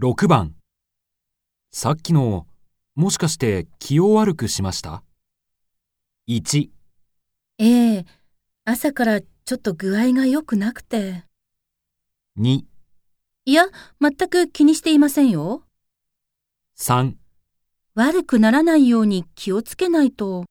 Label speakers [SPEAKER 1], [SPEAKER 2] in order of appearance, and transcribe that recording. [SPEAKER 1] 6番さっきのもしかして気を悪くしました ?1、
[SPEAKER 2] ええ、朝からちょっと具合が良くなくて。
[SPEAKER 1] 2、
[SPEAKER 2] いや、全く気にしていませんよ。
[SPEAKER 1] 3
[SPEAKER 2] 悪くならないように気をつけないと。